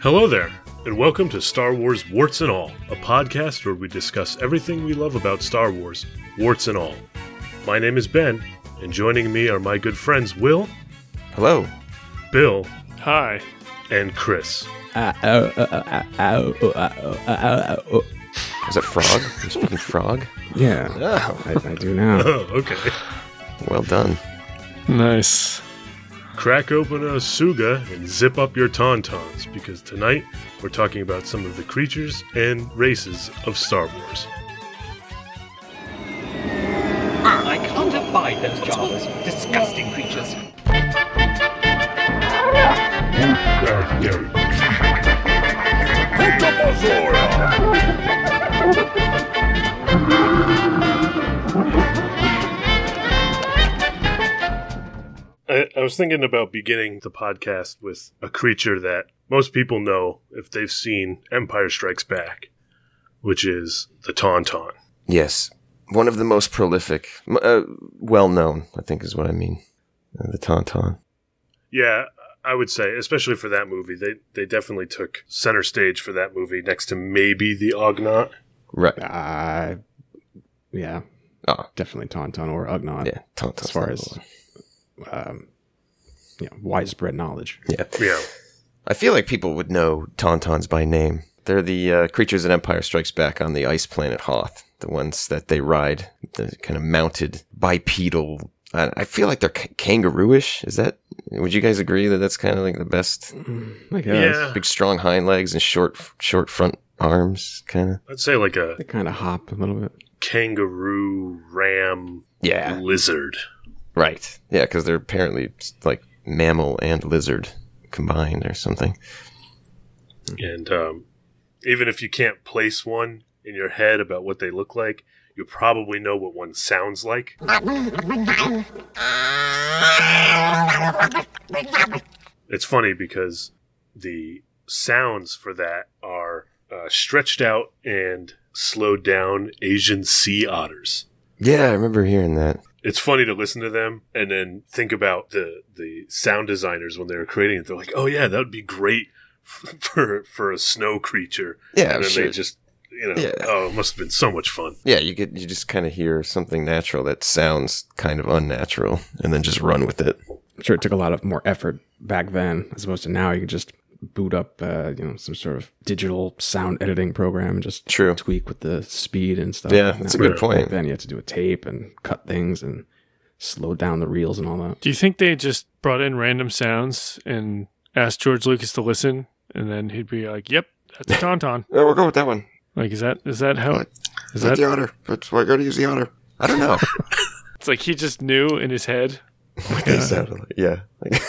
Hello there, and welcome to Star Wars Warts and All, a podcast where we discuss everything we love about Star Wars, warts and all. My name is Ben, and joining me are my good friends Will, Hello. Bill, Hi. and Chris. Is that frog? You're speaking frog? Yeah, Oh. I, I do now. Oh, okay. Well done. Nice. Crack open a suga and zip up your tauntauns, because tonight we're talking about some of the creatures and races of Star Wars. I can't abide those Jawas. Disgusting creatures. I, I was thinking about beginning the podcast with a creature that most people know if they've seen Empire Strikes Back, which is the Tauntaun. Yes. One of the most prolific, m- uh, well known, I think is what I mean. Uh, the Tauntaun. Yeah, I would say, especially for that movie, they they definitely took center stage for that movie next to maybe the Ognaut. Right. Uh, yeah, Ah. definitely Tauntaun or Ugnaught. Yeah. Tauntaun. as far as um, you know, widespread knowledge. Yeah. Yeah, I feel like people would know Tauntauns by name. They're the uh, creatures in Empire Strikes Back on the ice planet Hoth, the ones that they ride, the kind of mounted bipedal. I I feel like they're k- kangarooish. Is that? Would you guys agree that that's kind of like the best? I guess Yeah. Big, strong hind legs and short, short front arms, kind of. I'd say like a they kind of hop a little bit. kangaroo, ram, Yeah. lizard. Right. Yeah, because they're apparently like mammal and lizard combined or something. And um, even if you can't place one in your head about what they look like, you probably know what one sounds like. It's funny because the sounds for that are uh, stretched out and slowed down Asian sea otters. Yeah, I remember hearing that. It's funny to listen to them and then think about the the sound designers when they were creating it. They're like, "Oh yeah, that would be great f- for for a snow creature." Yeah, and then sure. they just you know Oh, Yeah. oh it must have been so much fun yeah, you get you just kind of hear something natural that sounds kind of unnatural, and then just run with it. I'm sure it took a lot of more effort back then as opposed to now. You could just boot up, uh, you know, some sort of digital sound editing program and just True. tweak with the speed and stuff. Yeah, that's a Now, good point. Then you have to do a tape and cut things and slow down the reels and all that. Do you think they just brought in random sounds and asked George Lucas to listen, and then he'd be like, "Yep, that's a tauntaun." Yeah, we'll go with that one. like, is that is that how? Is that? otter. That's why I got to use the otter. I don't know. It's like he just knew in his head. What they sounded like. Yeah. Like-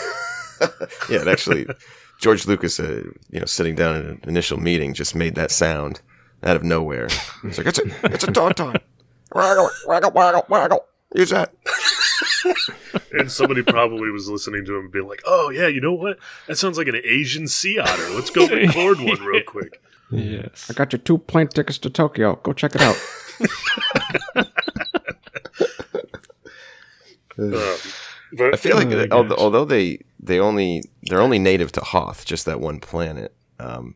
yeah, and actually, George Lucas, uh, you know, sitting down in an initial meeting, just made that sound out of nowhere. It's like, it's a, it's a tauntaun. Waggle, waggle, waggle, waggle. Use that. and somebody probably was listening to him and being like oh yeah you know what that sounds like an asian sea otter let's go record one real quick Yes. I got your two plane tickets to Tokyo. Go check it out. um, but I feel like that- although, gosh. although they they only they're only native to Hoth, just that one planet. Um,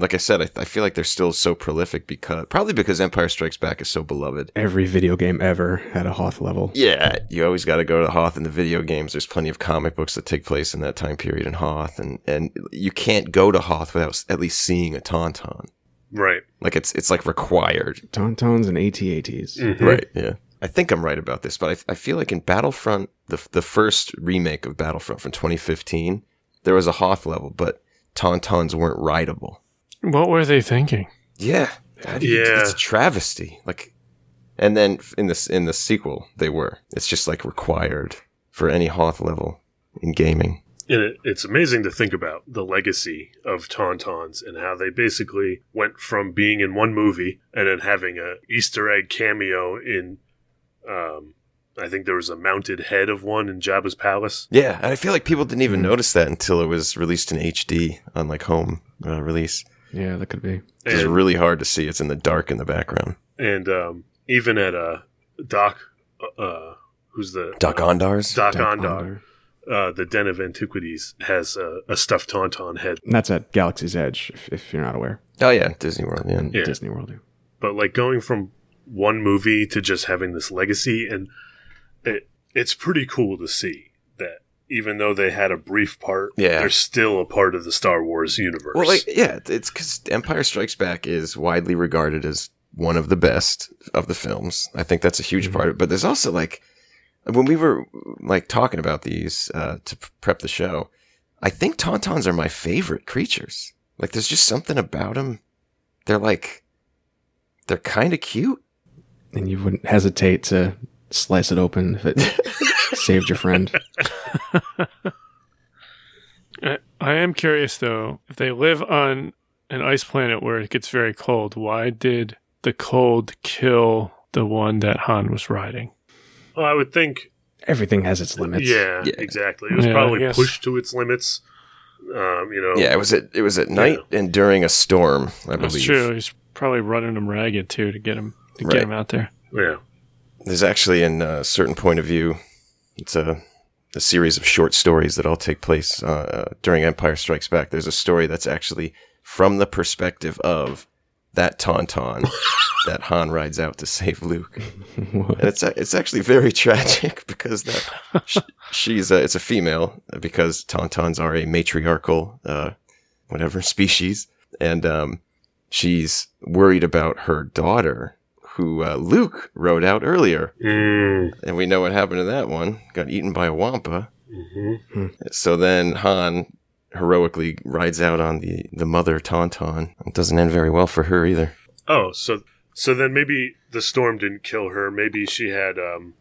like I said, I, I feel like they're still so prolific because probably because Empire Strikes Back is so beloved. Every video game ever had a Hoth level. Yeah, you always got to go to Hoth in the video games. There's plenty of comic books that take place in that time period in Hoth, and and you can't go to Hoth without s- at least seeing a Tauntaun. right Like it's it's like required. Tauntauns and ATATs. Mm-hmm. Right. Yeah. I think I'm right about this, but I, f- I feel like in Battlefront, the f- the first remake of Battlefront from 2015, there was a Hoth level, but Tauntauns weren't rideable. What were they thinking? Yeah. How do you, Yeah. It's a travesty. Like, and then f- in this in the sequel, they were. It's just like required for any Hoth level in gaming. And it, it's amazing to think about the legacy of Tauntauns and how they basically went from being in one movie and then having a Easter egg cameo in, um, I think there was a mounted head of one in Jabba's palace. Yeah, and I feel like people didn't even notice that until it was released in HD on like home uh, release. Yeah, that could be. It's And- really hard to see. It's in the dark in the background. and um, even at uh, Doc, uh, who's the Doc Ondar's. Doc Doc Ondar, Ondar. uh, the Den of Antiquities has a, a stuffed Tauntaun head. And that's at Galaxy's Edge, if, if you're not aware. Oh yeah, Disney World. Yeah. Yeah. Disney World. yeah. But like going from one movie to just having this legacy, and it it's pretty cool to see that even though they had a brief part, Yeah. they're still a part of the Star Wars universe. Well, like yeah, it's because Empire Strikes Back is widely regarded as one of the best of the films. I think that's a huge Mm-hmm. part of it. But there's also like when we were like talking about these uh, to p- prep the show, I think Tauntauns are my favorite creatures. Like there's just something about them. They're like they're kind of cute. And you wouldn't hesitate to slice it open if it saved your friend. I, I am curious though, if they live on an ice planet where it gets very cold, why did the cold kill the one that Han was riding? Well, I would think, Everything has its limits. yeah, yeah. exactly. It was Yeah, I probably guess. pushed to its limits. Um, you know, Yeah, it was at it was at night and during a storm. I Oh. That's believe true. He's probably running him ragged too to get him to Right. get him out there. yeah. there's actually in a certain point of view it's a, a series of short stories that all take place uh, during empire strikes back there's a story that's actually from the perspective of that tauntaun that han rides out to save luke and it's a- it's actually very tragic because that sh- she's a, it's a female because Tauntauns are a matriarchal uh, whatever species, and um, she's worried about her daughter who uh, Luke rode out earlier, Mm, and we know what happened to that one. Got eaten by a wampa. mhm. So then Han heroically rides out on the the mother Tauntaun. It doesn't end very well for her either. Oh, so so then maybe the storm didn't kill her. Maybe she had um,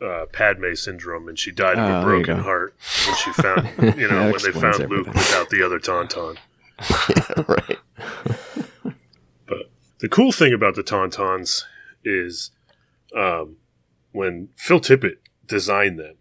uh, Padme syndrome and she died of Oh, a there you broken go. heart when she found you know That when they explains found Luke everything. without the other Tauntaun. right. The cool thing about the Tauntauns is um, when Phil Tippett designed them,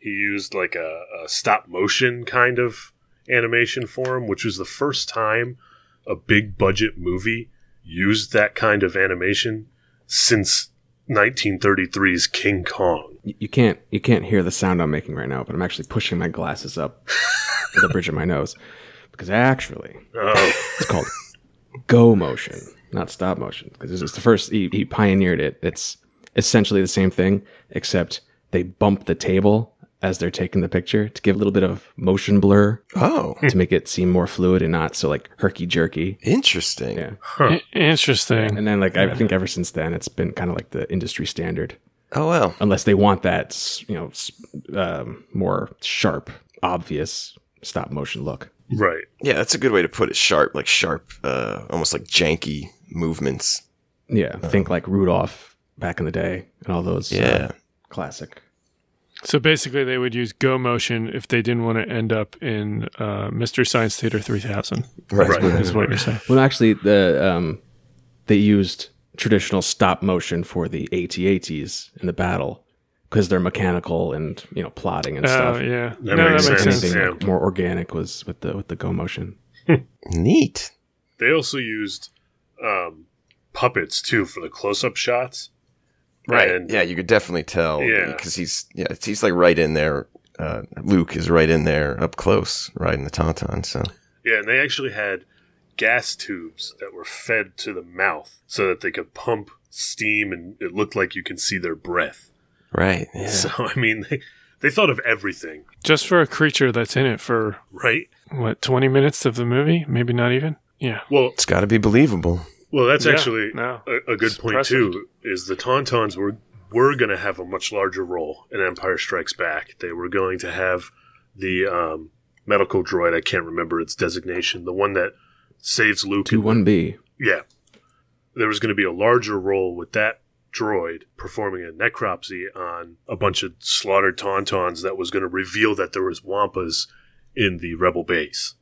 he used like a, a stop motion kind of animation form, which was the first time a big budget movie used that kind of animation since 1933's King Kong. You you can't you can't hear the sound I'm making right now, but I'm actually pushing my glasses up to the bridge of my nose because actually Oh, it's called go motion, not stop motion, because it's the first he, he pioneered it. It's essentially the same thing, except they bump the table as they're taking the picture to give a little bit of motion blur Oh, to make it seem more fluid and not so like herky jerky. interesting. Yeah. Huh. I- interesting. And then like I think ever since then it's been kind of like the industry standard. Oh wow. unless they want that s- you know s- um, more sharp obvious stop motion look right. Yeah, that's a good way to put it. Sharp, like sharp, uh, almost like janky movements. yeah think like rudolph back in the day and all those uh, Yeah. classic So basically, they would use Go Motion if they didn't want to end up in uh, Mr. Science Theater 3000. Right. Is what you're saying. well actually the um, they used traditional stop motion for the AT-ATs in the battle because they're mechanical and you know plotting and Oh stuff yeah, That no, makes that makes sense. sense. Anything yeah. like, more organic was with the with the go motion. Neat. They also used um, puppets too for the close up shots. And- yeah, you could definitely tell. Yeah. Because he's yeah, he's like right in there. Uh, Luke is right in there up close, riding the Tauntaun. So Yeah, and they actually had gas tubes that were fed to the mouth so that they could pump steam and it looked like you can see their breath. right. Yeah. So, I mean, they, they thought of everything, Just for a creature that's in it for right? what 20 minutes of the movie, maybe not even. Yeah. Well, it's got to be believable. well, that's Yeah, actually no. a, a good It's point impressive. too is the Tauntauns were were going to have a much larger role in Empire Strikes Back. They were going to have the um, medical droid, I can't remember its designation, the one that saves Luke Two in one B. Yeah. There was going to be a larger role with that droid performing a necropsy on a bunch of slaughtered Tauntauns that was going to reveal that there was Wampas in the Rebel base.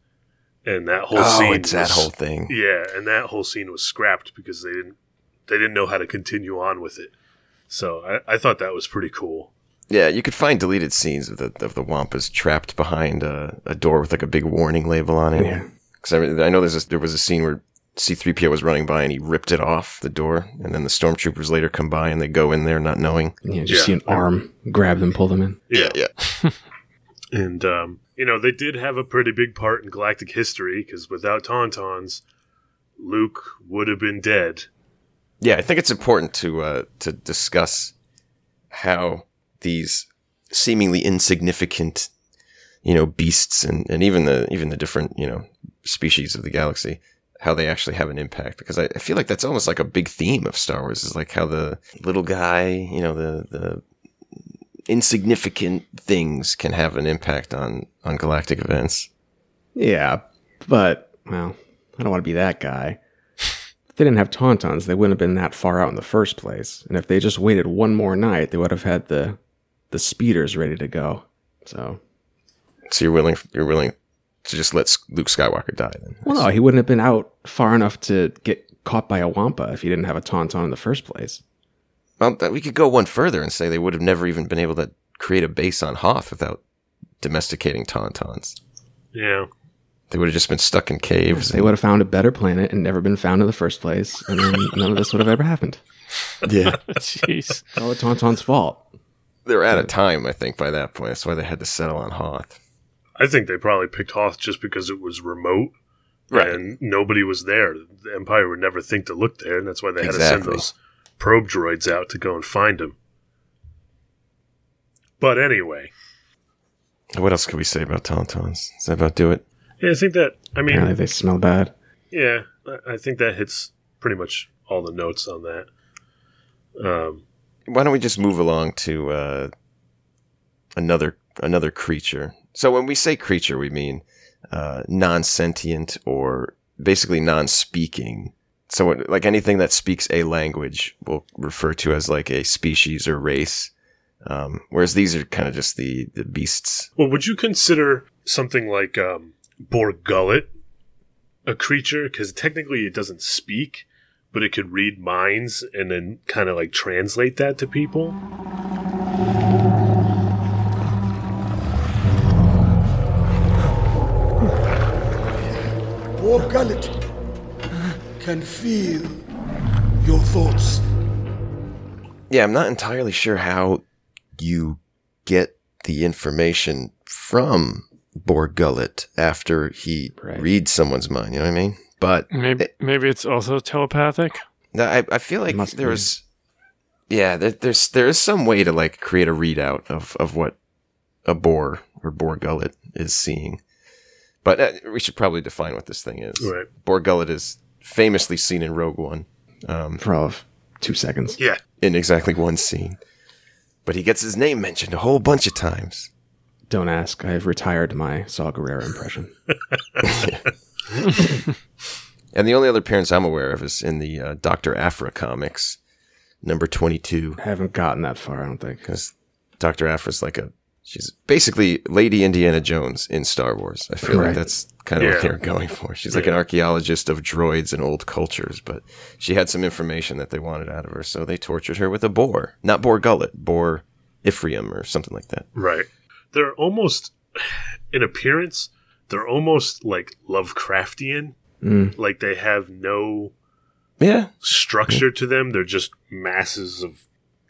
And that whole oh, scene it's that was- whole thing. Yeah, and that whole scene was scrapped because they didn't they didn't know how to continue on with it. So I, I thought that was pretty cool. Yeah, you could find deleted scenes of the of the Wampas trapped behind a, a door with like a big warning label on it. Yeah. Because I, mean, I know there's a, there was a scene where C-3PO was running by and he ripped it off the door, and then the stormtroopers later come by and they go in there not knowing. Yeah, just Yeah. see an arm grab them, pull them in. Yeah. yeah. And, um, you know, they did have a pretty big part in galactic history because without Tauntauns, Luke would have been dead. Yeah, I think it's important to uh, to discuss how these seemingly insignificant, you know, beasts and, and even the even the different you know species of the galaxy, how they actually have an impact. Because I, I feel like that's almost like a big theme of Star Wars is like how the little guy, you know, the the insignificant things can have an impact on on galactic events. Yeah, but well, I don't want to be that guy. If they didn't have tauntauns, they wouldn't have been that far out in the first place. And if they just waited one more night, they would have had the the speeders ready to go. So, So you're willing you're willing to just let S- Luke Skywalker die then. well, no, he wouldn't have been out far enough to get caught by a wampa if he didn't have a tauntaun in the first place. Well, that we could go one further and say they would have never even been able to create a base on Hoth without domesticating Tauntauns. Yeah. They would have just been stuck in caves. They would have found a better planet and never been found in the first place, and then none of this would have ever happened. yeah, Jeez. It's all the tauntaun's fault. they were out of time, I think, by that point. That's why they had to settle on Hoth. I think they probably picked Hoth just because it was remote and nobody was there. The Empire would never think to look there, and that's why they had to send Exactly. those probe droids out to go and find him. But anyway, What else could we say about Tauntauns? Does that about do it? yeah, I think that, I mean, Apparently, they smell bad. Yeah, I- I think that hits pretty much all the notes on that. Um, Why don't we just move along to uh, another another creature? So when we say creature, we mean uh, non-sentient or basically non-speaking. So it- like anything that speaks a language, we'll refer to as like a species or race. Um, whereas these are kind of just the the beasts. well, would you consider something like um, Borgullet a creature? Because technically it doesn't speak, but it could read minds and then kind of like translate that to people. Poor Gullet can feel your thoughts. Yeah, I'm not entirely sure how you get the information from Borgullet after he Right. reads someone's mind. You know what I mean? But Maybe maybe it's also telepathic. No, I, I feel like must there be. was, yeah, there, there's there is some way to like create a readout of of what a boar or boar gullet is seeing, but uh, we should probably define what this thing is. Right. Boar gullet is famously seen in Rogue One, um, for all of two seconds. Yeah. in exactly one scene, but he gets his name mentioned a whole bunch of times. Don't ask. I have retired my Saw Gerrera impression. And the only other appearance I'm aware of is in the uh, Doctor Afra comics, number twenty two. I haven't gotten that far, I don't think. because Doctor Afra's like a she's basically Lady Indiana Jones in Star Wars. I feel like Right. that's kind of Yeah. what they're going for. She's like an archaeologist of droids and old cultures, but she had some information that they wanted out of her, so they tortured her with a boar, not boar gullet, boar Ephraim or something like that. Right. They're almost, in appearance, they're almost like Lovecraftian. Mm. Like they have no Yeah, structure to them, they're just masses of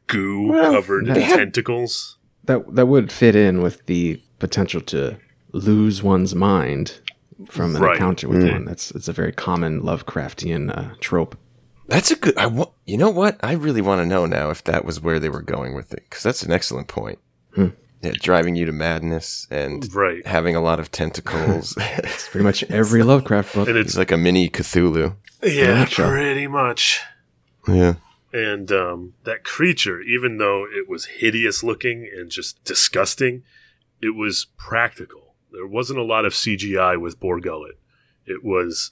goo Well, covered in they have- tentacles. That that would fit in with the potential to lose one's mind from an Right. encounter Mm. with one. That's it's a very common Lovecraftian uh, trope. that's a good. I wa- you know what? I really want to know now if that was where they were going with it because that's an excellent point. Hmm. Yeah, driving you to madness and Right. having a lot of tentacles. It's pretty much every Lovecraft book. And it's like a mini Cthulhu. Yeah, Gotcha. pretty much. Yeah. And um, that creature, even though it was hideous looking and just disgusting, it was practical. There wasn't a lot of CGI with Borgullet. It was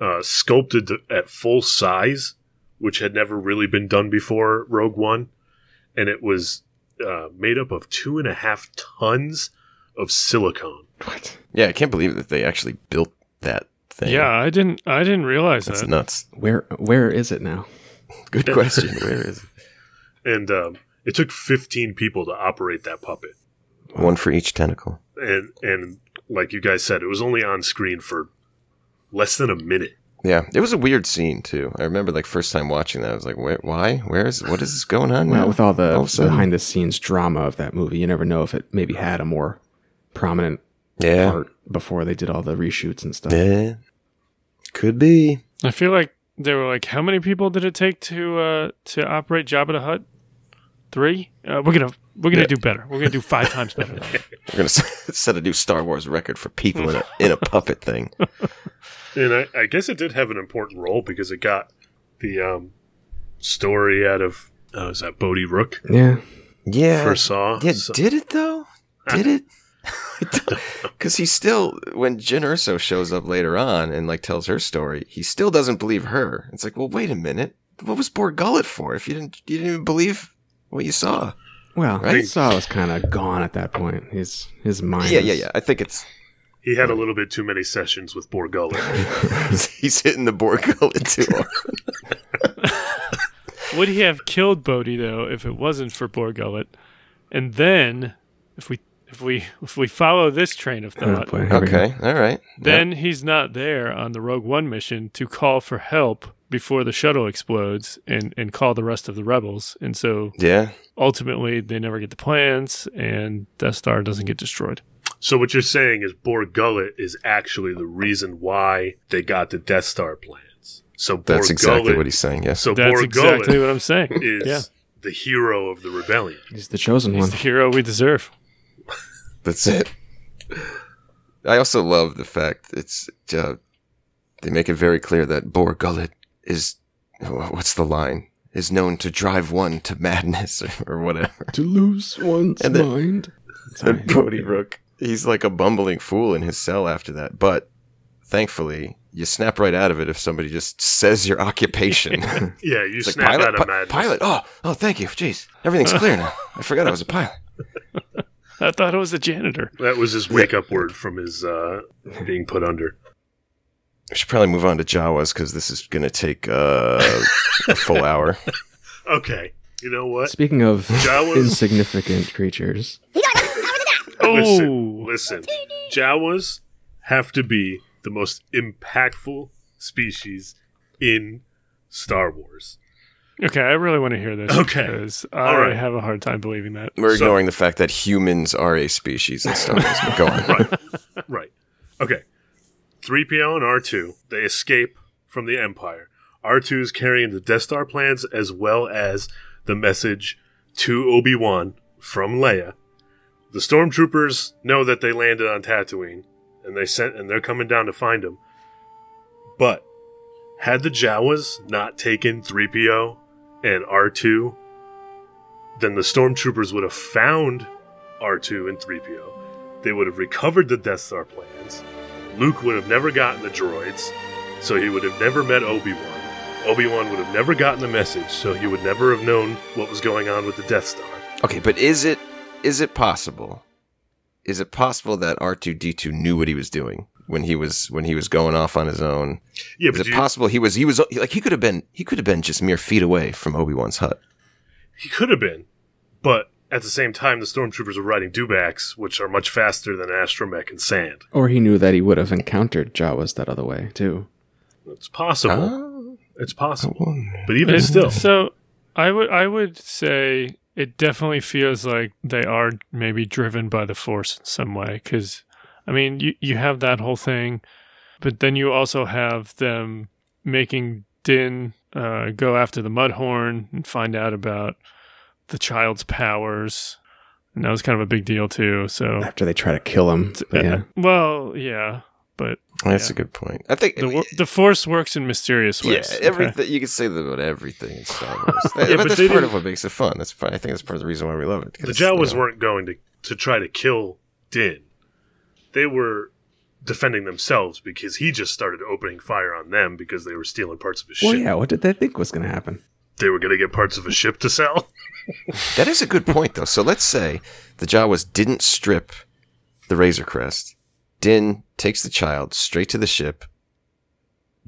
uh, sculpted to- at full size, which had never really been done before Rogue One. And it was uh, made up of two and a half tons of silicone. What? Yeah, I can't believe that they actually built that thing. Yeah, I didn't I didn't realize That's that. nuts. Where where is it now? Good question. Where is it? And um, it took 15 people to operate that puppet. One for each tentacle. and and like you guys said, it was only on screen for less than a minute. Yeah, it was a weird scene too. I remember like first time watching that, I was like, Where, "Why? Where is? What is this going on?" Well, now? with all the All of a sudden- behind the scenes drama of that movie, you never know if it maybe had a more prominent Yeah. part before they did all the reshoots and stuff. Yeah. Could be. I feel like they were like, how many people did it take to uh, to operate Jabba the Hutt? Three. Uh, we're gonna we're gonna do better. We're gonna do five times better. than that. We're going to set a new Star Wars record for people in a, in a puppet thing. And I, I guess it did have an important role because it got the um, story out of uh, is that Bodie Rook Yeah. Yeah. for Saw? Yeah, So- did it though? Did it? Because he still, when Jin Urso shows up later on and like tells her story, he still doesn't believe her. It's like, well, wait a minute, what was Borg Gullet for if you didn't you didn't even believe what you saw? Well, Right. Saw was kind of gone at that point. His his mind. Yeah, is- yeah, yeah. I think it's he had a little bit too many sessions with Borgullet. he's hitting the Borg Gullet too hard. Would he have killed Bodhi though if it wasn't for Borgullet? And then if we if we if we follow this train of Oh, thought, boy, here we go. okay, all right. then he's not there on the Rogue One mission to call for help before the shuttle explodes and and call the rest of the rebels. And so yeah, ultimately, they never get the plans, and Death Star doesn't get destroyed. so what you're saying is Borgullet is actually the reason why they got the Death Star plans. So that's Borgullet, exactly what he's saying. Yes, So That's Borgullet exactly what I'm saying. is yeah, the hero of the rebellion. He's the chosen he's one. the hero we deserve. That's it. I also love the fact it's uh, they make it very clear that Boar Gullet is wh- what's the line is known to drive one to madness or, or whatever. to lose one's And then- mind. Sorry. And Bodhi Rook, he's like a bumbling fool in his cell after that. But thankfully, you snap right out of it if somebody just says your occupation. Yeah, you It's like snap out pilot, of pi- madness. pilot. Oh, oh, thank you. Jeez, everything's clear now. I forgot I was a pilot. I thought it was the janitor. That was his wake up word from his uh, being put under. I should probably move on to Jawas because this is gonna take uh, a full hour. Okay, you know what? Speaking of Jawas- insignificant creatures, Oh, Listen, Jawas have to be the most impactful species in Star Wars. okay. I really want to hear this. Okay. because I All right. have a hard time believing that. We're So- ignoring the fact that humans are a species in Star Wars. But go on. Right. Okay. 3PO and R2, they escape from the Empire. R2 is carrying the Death Star plans as well as the message to Obi Wan from Leia. The stormtroopers know that they landed on Tatooine and they sent and they're coming down to find him. But had the Jawas not taken 3PO and R2, then the stormtroopers would have found R2 and 3PO they would have recovered the Death Star plans. Luke would have never gotten the droids, so he would have never met Obi Wan. Obi Wan would have never gotten the message, so he would never have known what was going on with the Death Star. Okay, but is it is it possible? Is it possible that R two D two knew what he was doing when he was when he was going off on his own? Yeah, Is but it you, possible he was he was like he could have been he could have been just mere feet away from Obi Wan's hut? he could have been, but at the same time, the stormtroopers were riding dewbacks, which are much faster than astromech and sand. or he knew that he would have encountered Jawas that other way too. It's possible. Oh, It's I possible. wonder. But even It- still, so I would I would say it definitely feels like they are maybe driven by the force in some way because I mean you you have that whole thing, but then you also have them making Din uh, go after the Mudhorn and find out about the child's powers, and that was kind of a big deal too. So Uh, After they try to kill him, but yeah, well, yeah, but That's Yeah. a good point. I think the wor- the force works in mysterious yeah, ways. everything Okay. you can say that about everything in Star Wars. That- Yeah, but but that's they part didn't- of what makes it fun. That's part, I think that's part of the reason why we love it. the 'cause, Jawas you know, weren't going to, to try to kill Din. They were defending themselves because he just started opening fire on them because they were stealing parts of his well, ship. yeah. What did they think was going to happen? They were going to get parts of a ship to sell. That is a good point, though. So let's say the Jawas didn't strip the Razor Crest. Din takes the child straight to the ship,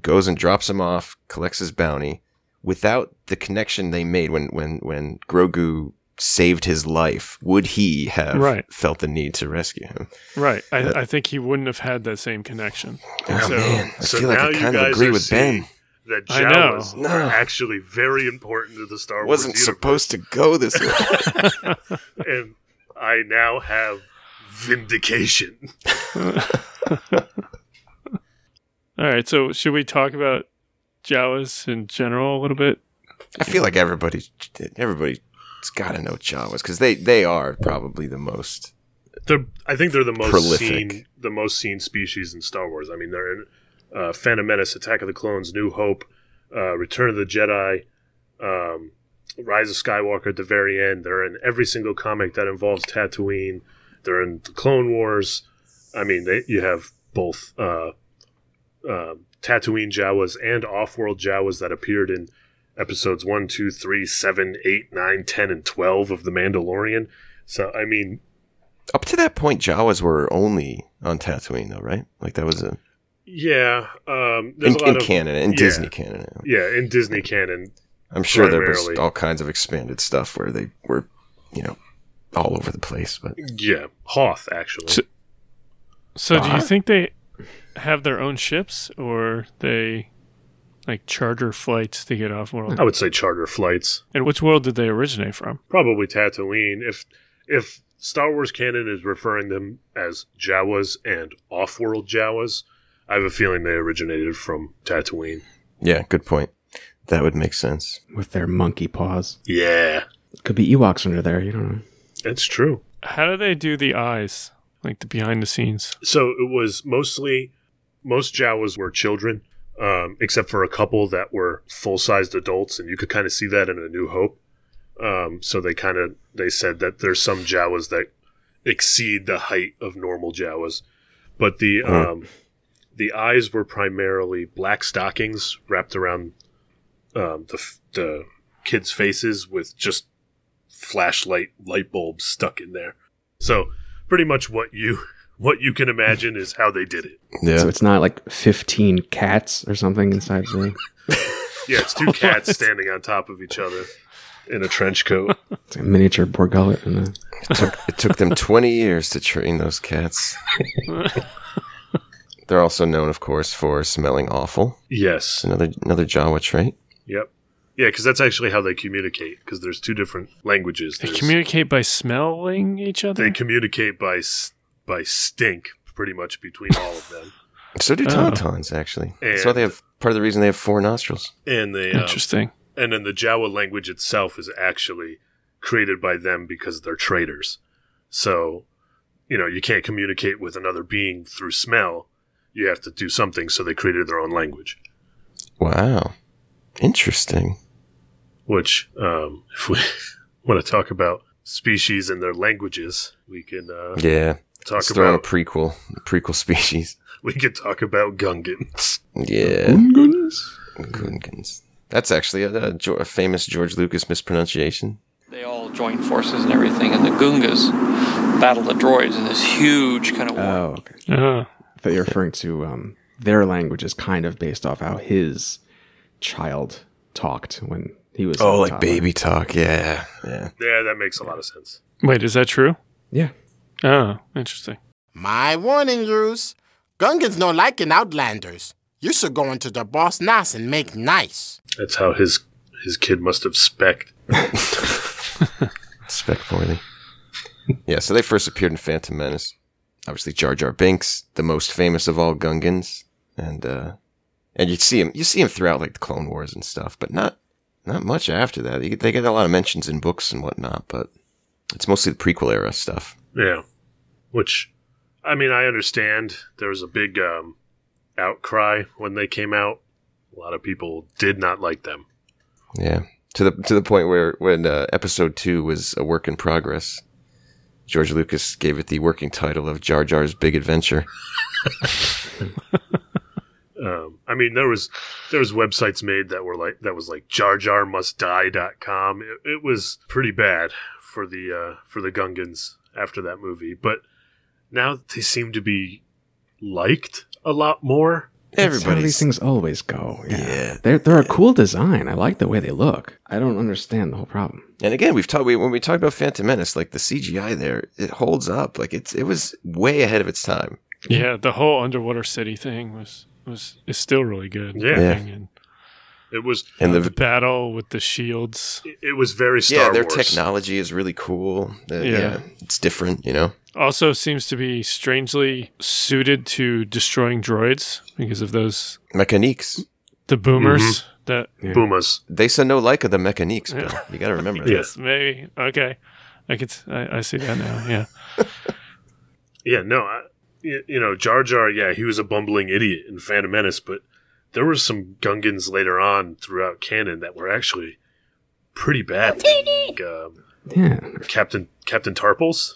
goes and drops him off, collects his bounty, without the connection they made when when when Grogu saved his life. Would he have Right. felt the need to rescue him? Right. I, I think he wouldn't have had that same connection. Oh So- man, I so feel like now I you kind of guys agree are with seeing Ben. That I know. Jawas No. are actually very important to the Star Wars Wasn't universe, supposed to go this way. and I now have vindication. All right, so should we talk about Jawas in general a little bit? I feel like everybody's everybody's got to know Jawas because they they are probably the most. They're, I think they're the most Prolific. seen, the most seen species in Star Wars. I mean, they're in uh, Phantom Menace, Attack of the Clones, New Hope, uh, Return of the Jedi, um, Rise of Skywalker. At the very end, they're in every single comic that involves Tatooine. They're in the Clone Wars. I mean, they, you have both uh, uh, Tatooine Jawas and off-world Jawas that appeared in episodes 1, 2, 3, 7, 8, 9, 10, and 12 of The Mandalorian. So, I mean, Up to that point, Jawas were only on Tatooine, though, right? Like that was a Yeah, um, there's in, a lot in of canon, in yeah. Disney canon. yeah in Disney canon. I'm sure there was Primarily. all kinds of expanded stuff where they were, you know, all over the place. But Yeah, Hoth actually. So- So do Uh-huh. you think they have their own ships or they like charter flights to get off world? I would say charter flights, And which world did they originate from? probably Tatooine. If if Star Wars canon is referring them as Jawas and off-world Jawas, I have a feeling they originated from Tatooine. yeah, good point. That would make sense. with their monkey paws. Yeah, Could be Ewoks under there. You don't know. that's true. How do they do the eyes? Like the behind the scenes. So it was mostly most Jawas were children, um, except for a couple that were full sized adults, and you could kind of see that in A New Hope. Um, so they kind of they said that there's some Jawas that exceed the height of normal Jawas, but the Hmm. um, the eyes were primarily black stockings wrapped around um, the f- the kids' faces with just flashlight light bulbs stuck in there. So pretty much what you what you can imagine is how they did it. Yeah, So it's not like 15 cats or something inside the. Yeah, it's two cats standing on top of each other in a trench coat. It's like a miniature portcullis. And a, it, took, it took them 20 years to train those cats. They're also known, of course, for smelling awful. It's Yes. another another Jawa trait. Yep. Yeah, because that's actually how they communicate. Because there's two different languages. They There's- communicate by smelling each other? they communicate by s- by stink, pretty much between all of them. So do Oh. tauntauns, actually. That's why And- they have part of the reason they have four nostrils. And they um, Interesting. and then the Jawa language itself is actually created by them because they're traders. So, you know, you can't communicate with another being through smell. You have to do something. So they created their own language. Wow, interesting. which um, if we want to talk about species and their languages, we can uh, Yeah, talk let's throw in a about prequel, a prequel species. we can talk about Gungans. Yeah, Gungans. That's actually a, a, Geo- a famous George Lucas mispronunciation. They all joined forces and everything, and the Gungas battled the droids in this huge kind of war. oh, okay. Uh, I thought you were referring to um, their language is kind of based off how his child talked when he was. a toddler. Oh, talk. Yeah, yeah. Yeah, that makes a lot of sense. wait, is that true? Yeah. Oh, interesting. My warning, Roos. Gungans no liking outlanders. You should go into the boss nice and make nice. That's how his his kid must have specked. Spec worthy. yeah, so they first appeared in Phantom Menace. Obviously, Jar Jar Binks, the most famous of all Gungans, and uh, and you see him, you see him throughout like the Clone Wars and stuff, but not not much after that. They, they get a lot of mentions in books and whatnot, but it's mostly the prequel era stuff. Yeah, which I mean, I understand. There was a big um, outcry when they came out. A lot of people did not like them. Yeah, to the to the point where when uh, Episode Two was a work in progress, George Lucas gave it the working title of Jar Jar's Big Adventure. Um, I mean, there was there was websites made that were like that was like jarjarmustdie.com. It, it was pretty bad for the uh, for the Gungans after that movie, but now they seem to be liked a lot more. That's how these Everybody's things always go. Yeah. Yeah. They're, they're a cool design. I like the way they look. I don't understand the whole problem. And again, we've talked we, when we talked about Phantom Menace, like the CGI there, it holds up. Like it's it was way ahead of its time. Yeah, the whole underwater city thing was was is still really good. Yeah. Yeah. And It was and the battle with the shields. it was very Star yeah, their Wars. technology is really cool. Uh, yeah. Yeah. it's different, you know. Also seems to be strangely suited to destroying droids because of those Mechaniques. the boomers that Pumas. They said no like of the mechaniques, Bill. You got to remember that. Yes. maybe okay. I could s- I, I see that now. Yeah. Yeah, no, I, y- you know, Jar Jar, yeah, he was a bumbling idiot in Phantom Menace, but there were some Gungans later on throughout canon that were actually pretty bad. Like, um, Yeah. Captain Captain Tarples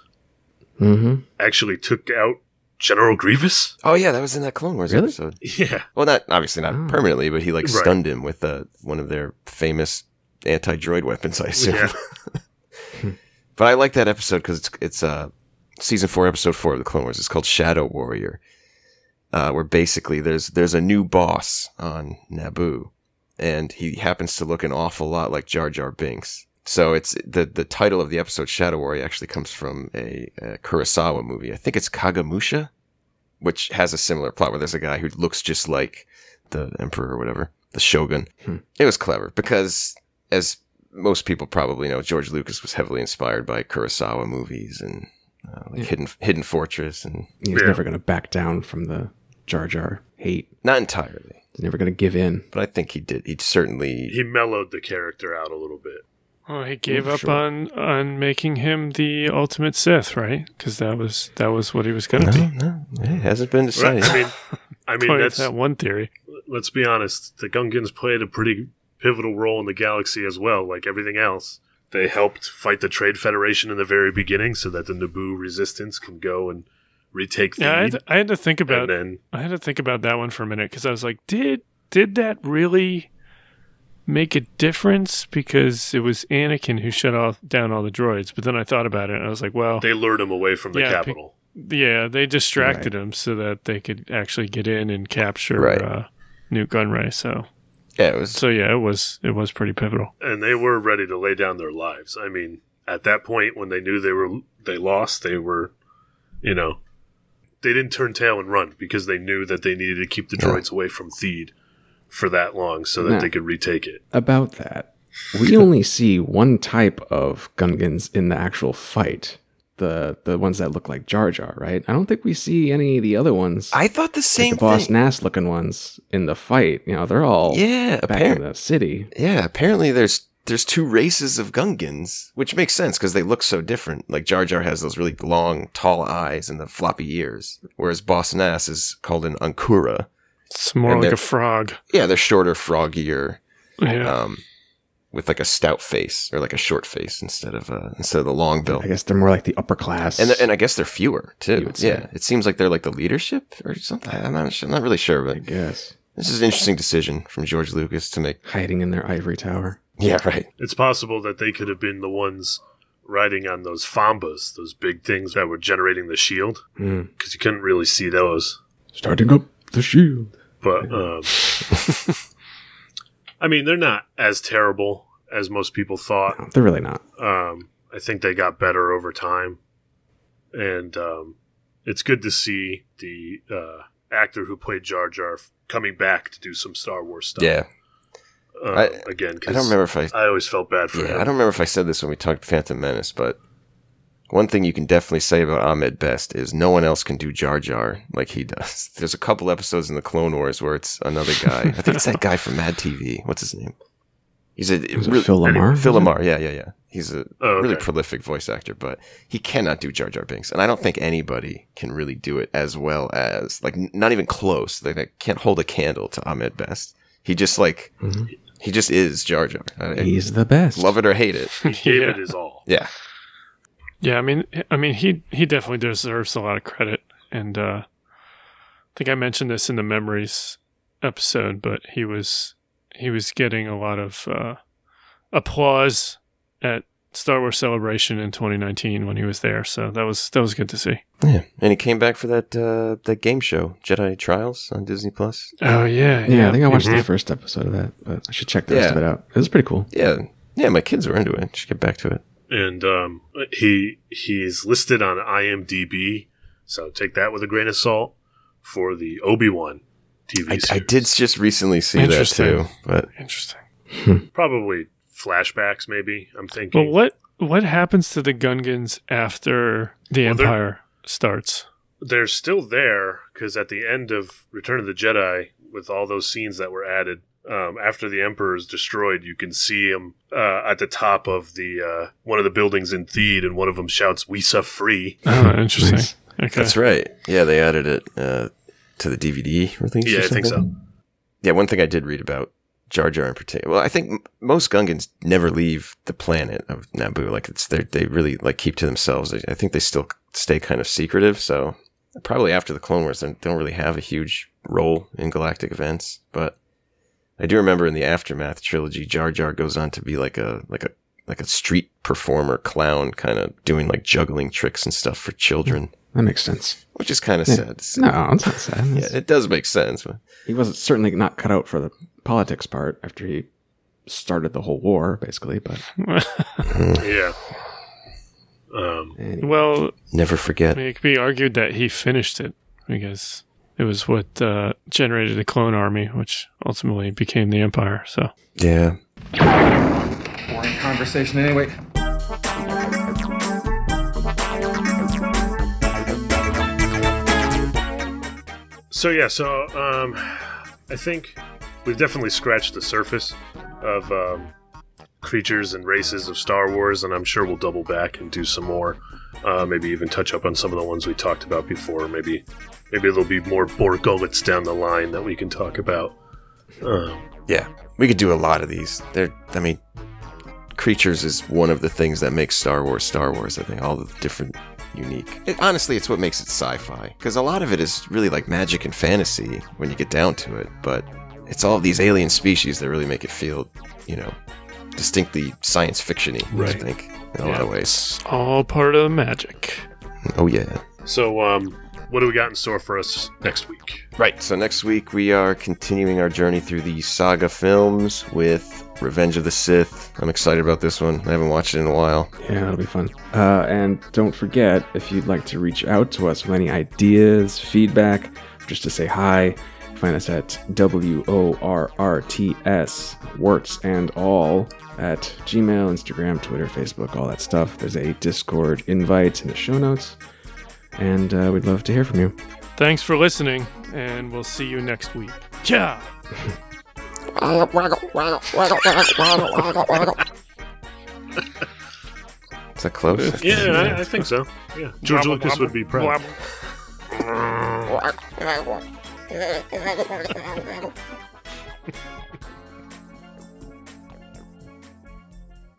Mm-hmm. actually took out General Grievous. Oh yeah, that was in that Clone Wars Really? episode. Yeah, Well, not obviously not Oh. permanently, but he like Mm. Right. stunned him with uh, one of their famous anti-droid weapons, I assume. yeah, But I like that episode because it's it's uh, season four, episode four of the Clone Wars. It's called Shadow Warrior, uh, where basically there's there's a new boss on Naboo, and he happens to look an awful lot like Jar Jar Binks. So it's the the title of the episode Shadow Warrior actually comes from a, a Kurosawa movie. I think it's Kagamusha, which has a similar plot where there's a guy who looks just like the emperor or whatever, the shogun. It was clever because as most people probably know George Lucas was heavily inspired by Kurosawa movies and uh, like Hidden Hidden Fortress and He's Yeah. never going to back down from the Jar Jar hate. not entirely, He's never going to give in. but I think he did. He certainly he mellowed the character out a little bit. Well, Oh, he gave Mm, up sure. on on making him the ultimate Sith, right? Because that was that was what he was going to no be. no it hasn't been decided. Right? I mean, I mean, According to that's that one theory. let's be honest. The Gungans played a pretty pivotal role in the galaxy as well, like everything else. They helped fight the Trade Federation in the very beginning, so that the Naboo resistance can go and retake the Yeah, I had, I had to think about and then I had to think about that one for a minute because I was like, did did that really make a difference? Because it was Anakin who shut off down all the droids. But then I thought about it and I was like, well, they lured him away from the Yeah, capital. yeah, they distracted him so that they could actually get in and capture Right. uh, Newt Gunray. So yeah, it was so yeah, it was it was pretty pivotal. and they were ready to lay down their lives. I mean, at that point, when they knew they were they lost, they were, you know, they didn't turn tail and run because they knew that they needed to keep the droids away from Theed for that long so that No. they could retake it. About that, we only see one type of Gungans in the actual fight. The the ones that look like Jar Jar, right? I don't think we see any of the other ones. I thought the like same the Boss thing. Nass looking ones in the fight. You know, they're all yeah, back in apparently the city. yeah, apparently there's there's two races of Gungans, which makes sense because they look so different. Like Jar Jar has those really long, tall eyes and the floppy ears, whereas Boss Nass is called an Ankura. It's more And like they're- a frog. Yeah, they're shorter, froggier. Yeah. um, with like a stout face or like a short face instead of uh, instead of the long bill. I guess they're more like the upper class. And they're- and I guess they're fewer You too. would say. Yeah, it seems like they're like the leadership or something. I'm not, su- I'm not really sure, I but guess this is an interesting decision from George Lucas to make. hiding in their ivory tower. Yeah, right. It's possible that they could have been the ones riding on those fambas, those big things that were generating the shield, Hmm. because you couldn't really see those. Starting up the shield. But um, I mean, they're not as terrible as most people thought. No, they're really not. Um, I think they got better over time, and um, it's good to see the uh, actor who played Jar Jar f- coming back to do some Star Wars stuff. Yeah, uh, I- again, I because don't remember if I. I always felt bad for Yeah, him. I don't remember if I said this when we talked Phantom Menace, but one thing you can definitely say about Ahmed Best is no one else can do Jar Jar like he does. There's a couple episodes in the Clone Wars where it's another guy. I think it's that guy from Mad TV. What's his name? He's a Was it really- Phil Lamar? Phil Lamar, yeah, yeah, yeah. He's a Oh, okay. really prolific voice actor, but he cannot do Jar Jar Binks, and I don't think anybody can really do it as well as like n- not even close. Like, I can't hold a candle to Ahmed Best. He just like Mm-hmm. he just is Jar Jar. I- I He's the best. love it or hate it. He gave Yeah. it his all. Yeah, Yeah, I mean, I mean, he he definitely deserves a lot of credit, and uh, I think I mentioned this in the memories episode, but he was he was getting a lot of uh, applause at Star Wars Celebration in 2019 when he was there, so that was that was good to see. yeah. And he came back for that uh, that game show Jedi Trials on Disney Plus. Oh yeah, Yeah, Mm-hmm. I think I watched the first episode of that, but I should check the rest Yeah. of it out. It was pretty cool. Yeah, yeah. My kids were into it. Should get back to it. And um, he he's listed on IMDb, so take that with a grain of salt for the Obi Wan TV I, series. I did just recently see that Interesting. too, but Interesting. Probably flashbacks, maybe. I'm thinking. But what what happens to the Gungans after the Well, they're- Empire starts? they're still there because at the end of Return of the Jedi, with all those scenes that were added um, after the Emperor is destroyed, you can see him uh, at the top of the uh, one of the buildings in Theed, and one of them shouts "We are free." Oh, interesting. Nice. Okay. that's right. Yeah, they added it uh, to the DVD release. or Yeah, I think so. something. Yeah, one thing I did read about Jar Jar in particular. Well, I think m- most Gungans never leave the planet of Naboo. Like it's they they really like keep to themselves. I, I think they still stay kind of secretive. So probably after the Clone Wars, they don't really have a huge role in galactic events. But I do remember in the aftermath trilogy, Jar Jar goes on to be like a like a like a street performer clown kind of doing like juggling tricks and stuff for children That makes sense. which is kind of Yeah. sad to see. No, it's not sad. yeah It's- it does make sense but he wasn't certainly not cut out for the politics part after he started the whole war, basically. But Yeah. Um, anyway. well, never I forget mean, it could be argued that he finished it because it was what uh, generated the clone army, which ultimately became the Empire. So yeah Boring conversation anyway. So yeah, so um, I think we've definitely scratched the surface of um, creatures and races of Star Wars, and I'm sure we'll double back and do some more. Uh, maybe even touch up on some of the ones we talked about before. Maybe maybe there'll be more Borgulets down the line that we can talk about. Um, yeah we could do a lot of these they're i mean creatures is one of the things that makes star wars star wars i think all the different unique it, honestly it's what makes it sci-fi because a lot of it is really like magic and fantasy when you get down to it but it's all these alien species that really make it feel you know distinctly science fictiony i Right. think in a lot of ways it's all part of the magic. oh yeah so um, what do we got in store for us next week? Right. So next week we are continuing our journey through the saga films with Revenge of the Sith. I'm excited about this one. I haven't watched it in a while. yeah, it'll be fun. Uh, and don't forget, if you'd like to reach out to us with any ideas, feedback, just to say hi, find us at W O R R T S, warts and all, at Gmail, Instagram, Twitter, Facebook, all that stuff. There's a Discord invite in the show notes. And uh, we'd love to hear from you. Thanks for listening, and we'll see you next week. Yeah. Is that close? Yeah, I, I think so. Yeah, George Lucas would be proud.